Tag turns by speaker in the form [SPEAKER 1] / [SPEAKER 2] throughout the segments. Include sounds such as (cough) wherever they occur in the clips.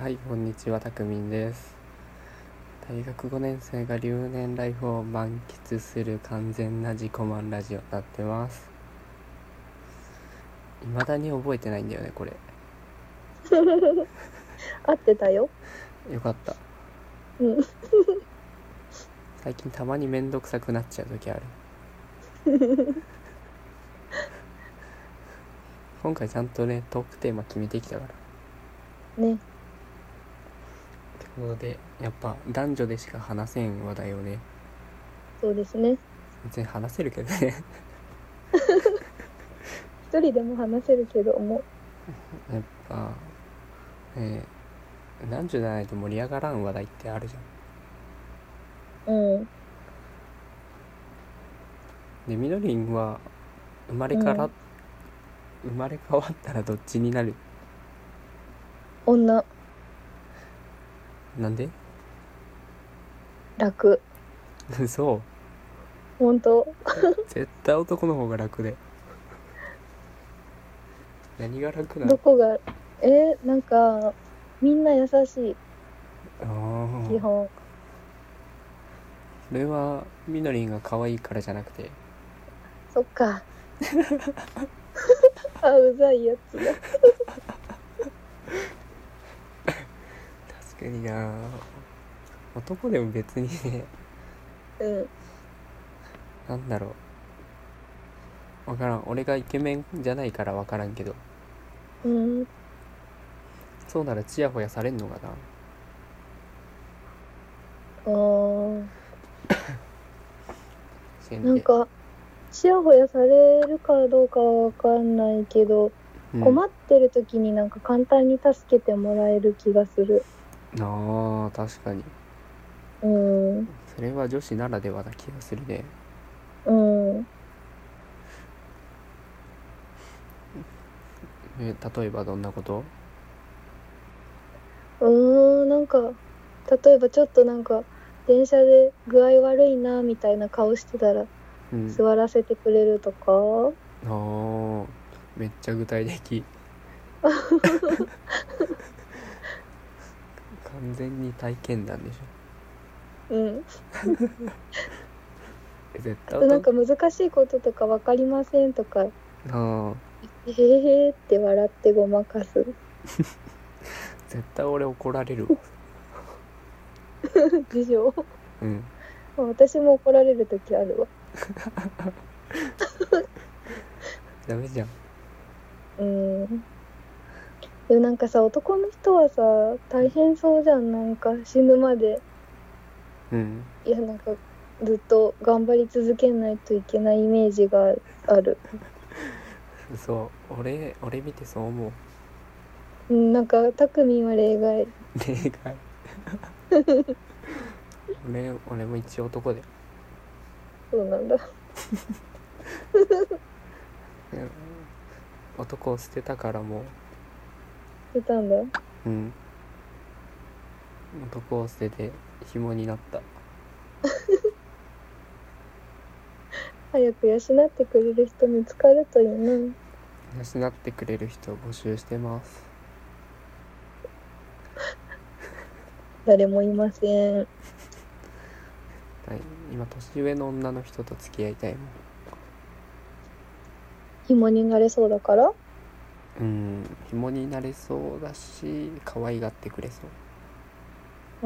[SPEAKER 1] はい、こんにちは、たくみんです。大学5年生が留年ライフを満喫する完全な自己満ラジオになってます。未だに覚えてないんだよね、これ。
[SPEAKER 2] 合ってたよ
[SPEAKER 1] よかった。
[SPEAKER 2] うん
[SPEAKER 1] 最近たまにめんどくさくなっちゃう時ある。今回ちゃんとね、トークテーマ決めてきたから。
[SPEAKER 2] ね
[SPEAKER 1] ってことで、やっぱ男女でしか話せん話題をね、
[SPEAKER 2] そうですね
[SPEAKER 1] 別に話せるけどね。
[SPEAKER 2] 一人でも話せるけども
[SPEAKER 1] やっぱ、えー、男女じゃないと盛り上がらん話題ってあるじゃん。
[SPEAKER 2] うん
[SPEAKER 1] で、みのりんは、生まれから、
[SPEAKER 2] うん
[SPEAKER 1] 生まれ変わったらどっちになる
[SPEAKER 2] 女
[SPEAKER 1] なんで (laughs)
[SPEAKER 2] 楽
[SPEAKER 1] そう。
[SPEAKER 2] 本当
[SPEAKER 1] 絶対男の方が楽で。
[SPEAKER 2] (laughs)
[SPEAKER 1] 何が楽な
[SPEAKER 2] ど
[SPEAKER 1] の
[SPEAKER 2] こがえーなんかみんな優しい
[SPEAKER 1] あ
[SPEAKER 2] 基
[SPEAKER 1] あ。
[SPEAKER 2] 本
[SPEAKER 1] それは、みのりんが可愛いからじゃなくて、
[SPEAKER 2] そっ
[SPEAKER 1] (laughs)
[SPEAKER 2] かあうざいやつだ
[SPEAKER 1] 確かにな男でも別にね、
[SPEAKER 2] うん
[SPEAKER 1] なんだろう。わからん。俺がイケメンじゃないからわからんけど。
[SPEAKER 2] うん
[SPEAKER 1] そうならチヤホヤされんのかな
[SPEAKER 2] あー
[SPEAKER 1] 世間で
[SPEAKER 2] なんかちやほやされるかどうかはわかんないけど、
[SPEAKER 1] うん
[SPEAKER 2] 困ってる時になんか簡単に助けてもらえる気がする
[SPEAKER 1] ああ確かに
[SPEAKER 2] うん
[SPEAKER 1] それは女子ならではな気がするね
[SPEAKER 2] うん
[SPEAKER 1] え例えばどんなこと
[SPEAKER 2] うーんなんか例えばちょっとなんか電車で具合悪いなみたいな顔してたら
[SPEAKER 1] うんあ
[SPEAKER 2] 座らせてくれるとか、
[SPEAKER 1] あーめっちゃ具体
[SPEAKER 2] (laughs)
[SPEAKER 1] 的完全に体験談でしょ
[SPEAKER 2] うん、
[SPEAKER 1] え絶対
[SPEAKER 2] なん
[SPEAKER 1] 男
[SPEAKER 2] か難しいこととか分かりませんとか
[SPEAKER 1] ああ
[SPEAKER 2] 「へへへ」って笑ってごまかす
[SPEAKER 1] 絶対俺怒られ
[SPEAKER 2] (laughs)
[SPEAKER 1] るわ
[SPEAKER 2] 事情
[SPEAKER 1] うん
[SPEAKER 2] 私も怒られる時あるわ
[SPEAKER 1] ダメじゃん
[SPEAKER 2] うんでもなんかさ男の人はさ大変そうじゃんなんか死ぬまで
[SPEAKER 1] うん
[SPEAKER 2] いやなんかずっと頑張り続けないといけないイメージがある
[SPEAKER 1] そう俺俺見てそう思う
[SPEAKER 2] うんなんかたくみんは例外
[SPEAKER 1] 例外俺俺も一応男で
[SPEAKER 2] そうなんだ (laughs)
[SPEAKER 1] うん男を捨てたからも
[SPEAKER 2] 出たんだ
[SPEAKER 1] う、うん、男を捨てて紐になった
[SPEAKER 2] 早く養ってくれる人見つかるといいな
[SPEAKER 1] 養ってくれる人を募集してます
[SPEAKER 2] 誰もいません
[SPEAKER 1] はい今年上の女の人と付き合いたいもん
[SPEAKER 2] 紐になれそうだから
[SPEAKER 1] うん紐になれそうだし可愛がってくれそ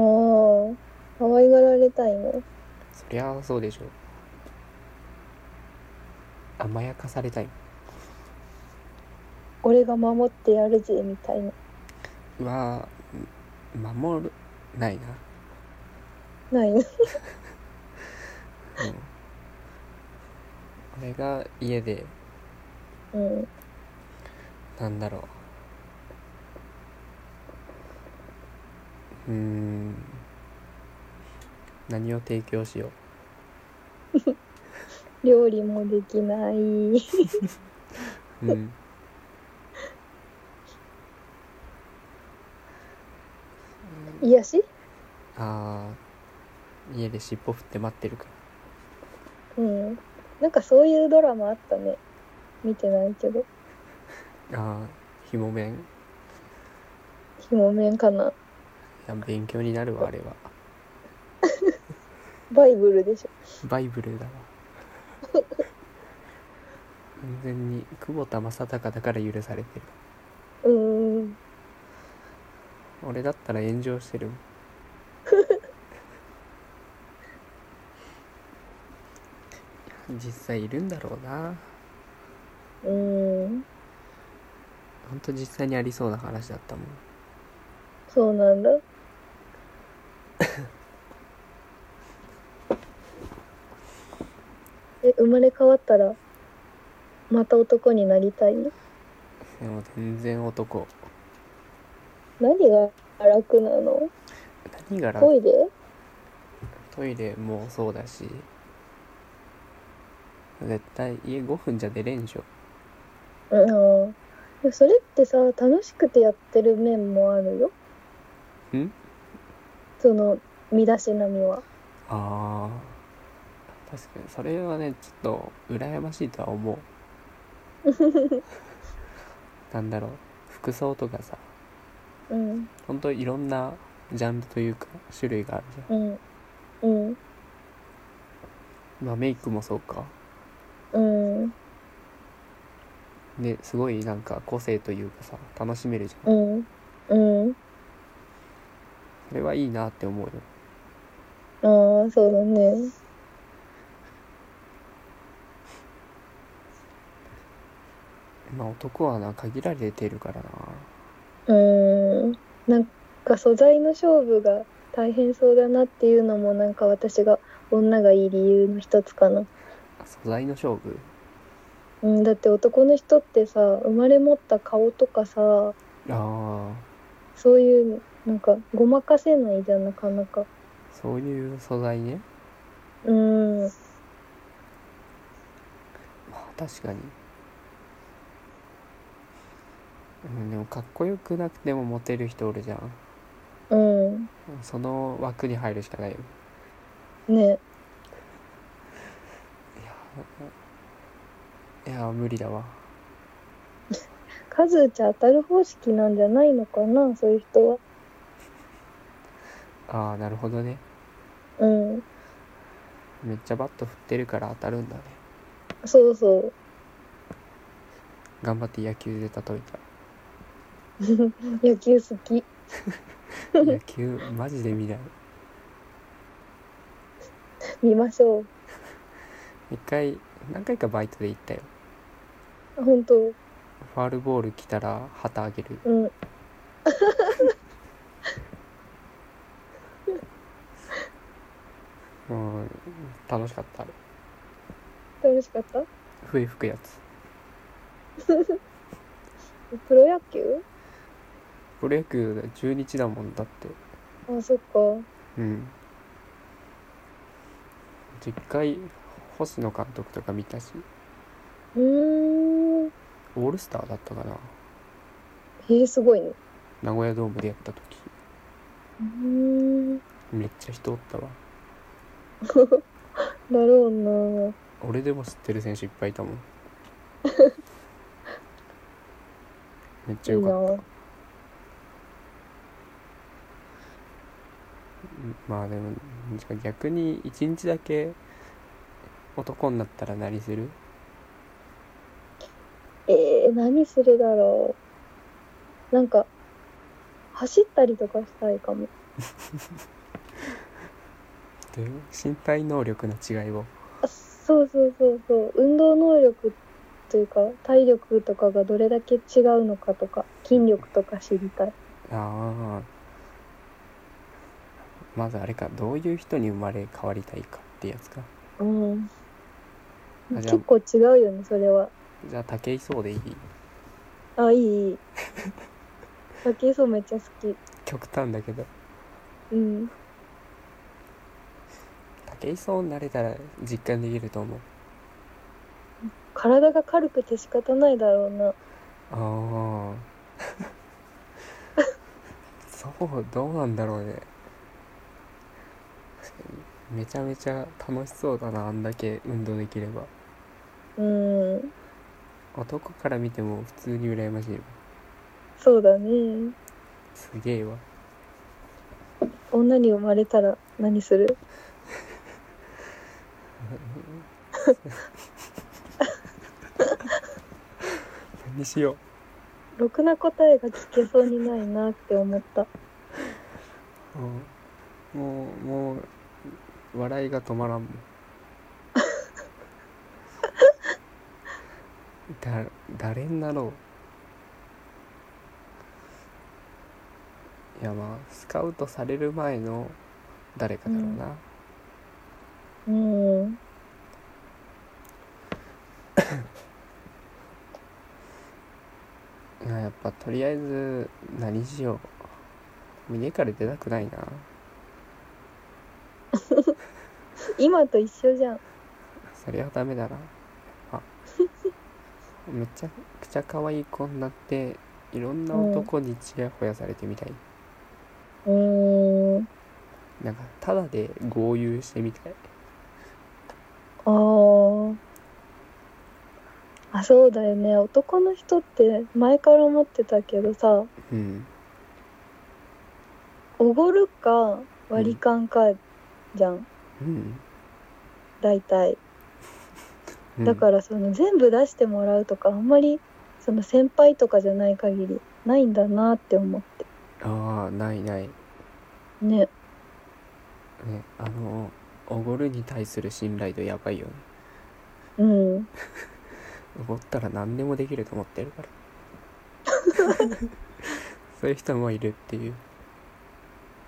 [SPEAKER 1] う
[SPEAKER 2] ああ可愛がられたいの
[SPEAKER 1] そりゃあそうでしょ甘やかされたい
[SPEAKER 2] 俺が守ってやるぜみたいな
[SPEAKER 1] は守るないな
[SPEAKER 2] ないの (laughs)
[SPEAKER 1] うん俺が家で
[SPEAKER 2] うん
[SPEAKER 1] なんだろううーん何を提供しよう
[SPEAKER 2] 料理もできない
[SPEAKER 1] うん
[SPEAKER 2] 癒し
[SPEAKER 1] ああ家で尻尾振って待ってるか
[SPEAKER 2] うんなんかそういうドラマあったね見てないけど
[SPEAKER 1] らああひもめん
[SPEAKER 2] ひもめんかな。
[SPEAKER 1] や勉強になるわあれは
[SPEAKER 2] バイブルでしょ。
[SPEAKER 1] バイブルだわ完全に久保田正孝だから許されてる
[SPEAKER 2] うーん。
[SPEAKER 1] 俺だったら炎上してるもん (laughs) 実際いるんだろうな
[SPEAKER 2] うーん。
[SPEAKER 1] ほんと実際にありそうな話だったもん
[SPEAKER 2] そうな
[SPEAKER 1] (laughs)
[SPEAKER 2] んだ。え、生まれ変わったら、また男になりたい
[SPEAKER 1] でも全然男
[SPEAKER 2] 何が楽なの
[SPEAKER 1] 何が
[SPEAKER 2] ト
[SPEAKER 1] 楽
[SPEAKER 2] イレ
[SPEAKER 1] トイレもそうだし絶対家5分じゃ出れんでしょ
[SPEAKER 2] うん。でもそれってさ、楽しくてやってる面もあるよ。
[SPEAKER 1] ん
[SPEAKER 2] その、身だしなみは。
[SPEAKER 1] ああ確かにそれはねちょっと羨ましいとは思うなんだろう服装とかさ
[SPEAKER 2] うん。
[SPEAKER 1] ほんといろんなジャンルというか種類があるじゃ
[SPEAKER 2] うん。うん。
[SPEAKER 1] んまあメイクもそうか
[SPEAKER 2] うん。
[SPEAKER 1] ですごいなんか個性というかさ楽しめるじゃん
[SPEAKER 2] うん。うん。
[SPEAKER 1] それはいいなって思うよ
[SPEAKER 2] ああ、そうだね。
[SPEAKER 1] まあ男はな限られてるからな
[SPEAKER 2] うーん。なんか素材の勝負が大変そうだなっていうのもなんか私が女がいい理由の一つかな。
[SPEAKER 1] 素材の勝負
[SPEAKER 2] うん、だって男の人ってさ、生まれ持った顔とかさ、
[SPEAKER 1] ああ
[SPEAKER 2] そういう、なんかごまかせないじゃん、なかなか。
[SPEAKER 1] そういう素材ね
[SPEAKER 2] うーん。
[SPEAKER 1] まあ確かに、うん、でもかっこよくなくてもモテる人おるじゃん
[SPEAKER 2] うん。
[SPEAKER 1] その枠に入るしかないよ
[SPEAKER 2] ね。
[SPEAKER 1] いやー無理だわ
[SPEAKER 2] 数打ち当たる方式なんじゃないのかな、そういう人は。
[SPEAKER 1] ああなるほどね
[SPEAKER 2] うん。
[SPEAKER 1] めっちゃバット振ってるから当たるんだね
[SPEAKER 2] そうそう。
[SPEAKER 1] 頑張って野球で例えた
[SPEAKER 2] 野球好き。
[SPEAKER 1] 野球マジで見ない
[SPEAKER 2] 見ましょう。
[SPEAKER 1] 一回何回かバイトで行ったよ
[SPEAKER 2] あ本当。
[SPEAKER 1] ファールボール来たら旗あげる
[SPEAKER 2] うん。
[SPEAKER 1] うん楽しかったあれ
[SPEAKER 2] 楽しかった
[SPEAKER 1] 笛吹くやつ
[SPEAKER 2] プロ野球
[SPEAKER 1] プロ野球中日だもんだって
[SPEAKER 2] あ、そっか。
[SPEAKER 1] うん実回星野監督とか見たし
[SPEAKER 2] うーん。え
[SPEAKER 1] オールスターだったかな
[SPEAKER 2] ー、すごいね。
[SPEAKER 1] 名古屋ドームでやった時
[SPEAKER 2] うーん。だ
[SPEAKER 1] めっちゃ人おったわ
[SPEAKER 2] ろうな。
[SPEAKER 1] 俺でも知ってる選手いっぱいいたもんめっちゃよかった
[SPEAKER 2] いいな
[SPEAKER 1] うんまあでもじゃあ逆に一日だけ男になったら何する
[SPEAKER 2] えー、何するだろう。なんか、走ったりとかしたいかも。
[SPEAKER 1] どういう身体能力の違いを
[SPEAKER 2] あそうそうそうそう。運動能力というか、体力とかがどれだけ違うのかとか、筋力とか知りたい。
[SPEAKER 1] ああまずあれかどういう人に生まれ変わりたいかってやつか
[SPEAKER 2] うん。
[SPEAKER 1] あじゃあ
[SPEAKER 2] 結構違うよね、それは。
[SPEAKER 1] じゃあ武井壮でいい
[SPEAKER 2] あ、いい、いい。 (laughs) 竹磯めっちゃ好き。
[SPEAKER 1] 極端だけど
[SPEAKER 2] うん。
[SPEAKER 1] 武井壮になれたら実感できると思う
[SPEAKER 2] 体が軽くて仕方ないだろうな。
[SPEAKER 1] ああそうどうなんだろうね確かにめちゃめちゃ楽しそうだなあんだけ運動できれば
[SPEAKER 2] うん。
[SPEAKER 1] 男から見ても普通に羨ましいわ
[SPEAKER 2] そうだね。
[SPEAKER 1] すすげえわ
[SPEAKER 2] 女に生まれたら何する
[SPEAKER 1] 何しよう
[SPEAKER 2] ろくな答えが聞けそうにないなって思った
[SPEAKER 1] うんもうもう笑いが止まらんもんだ誰になろういやまあスカウトされる前の誰かだろうな、
[SPEAKER 2] うん
[SPEAKER 1] いややっぱとりあえず何しよう峰から出たくないな
[SPEAKER 2] 今と一緒じゃん
[SPEAKER 1] そりゃダメだなあ (laughs) めちゃくちゃ可愛い子になっていろんな男にちやほやされてみたい、
[SPEAKER 2] うん
[SPEAKER 1] なんかただで豪遊してみたい
[SPEAKER 2] あーあそうだよね男の人って前から思ってたけどさ
[SPEAKER 1] うん
[SPEAKER 2] おごるか割り勘かじゃん、
[SPEAKER 1] うん、
[SPEAKER 2] 大体
[SPEAKER 1] うん、
[SPEAKER 2] だからその全部出してもらうとかあんまりその先輩とかじゃない限りないんだなって思って
[SPEAKER 1] ああないないね
[SPEAKER 2] ね
[SPEAKER 1] あのおごるに対する信頼度やばいよね
[SPEAKER 2] うん
[SPEAKER 1] おごったら何でもできると思ってるから
[SPEAKER 2] (laughs)
[SPEAKER 1] そういう人もいるっていう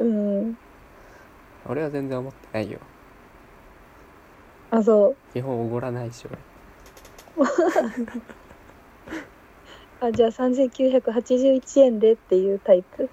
[SPEAKER 2] うん
[SPEAKER 1] 俺は全然思ってないよ
[SPEAKER 2] あそう
[SPEAKER 1] 基本おごらないし俺
[SPEAKER 2] あじゃあ3981円でっていうタイプ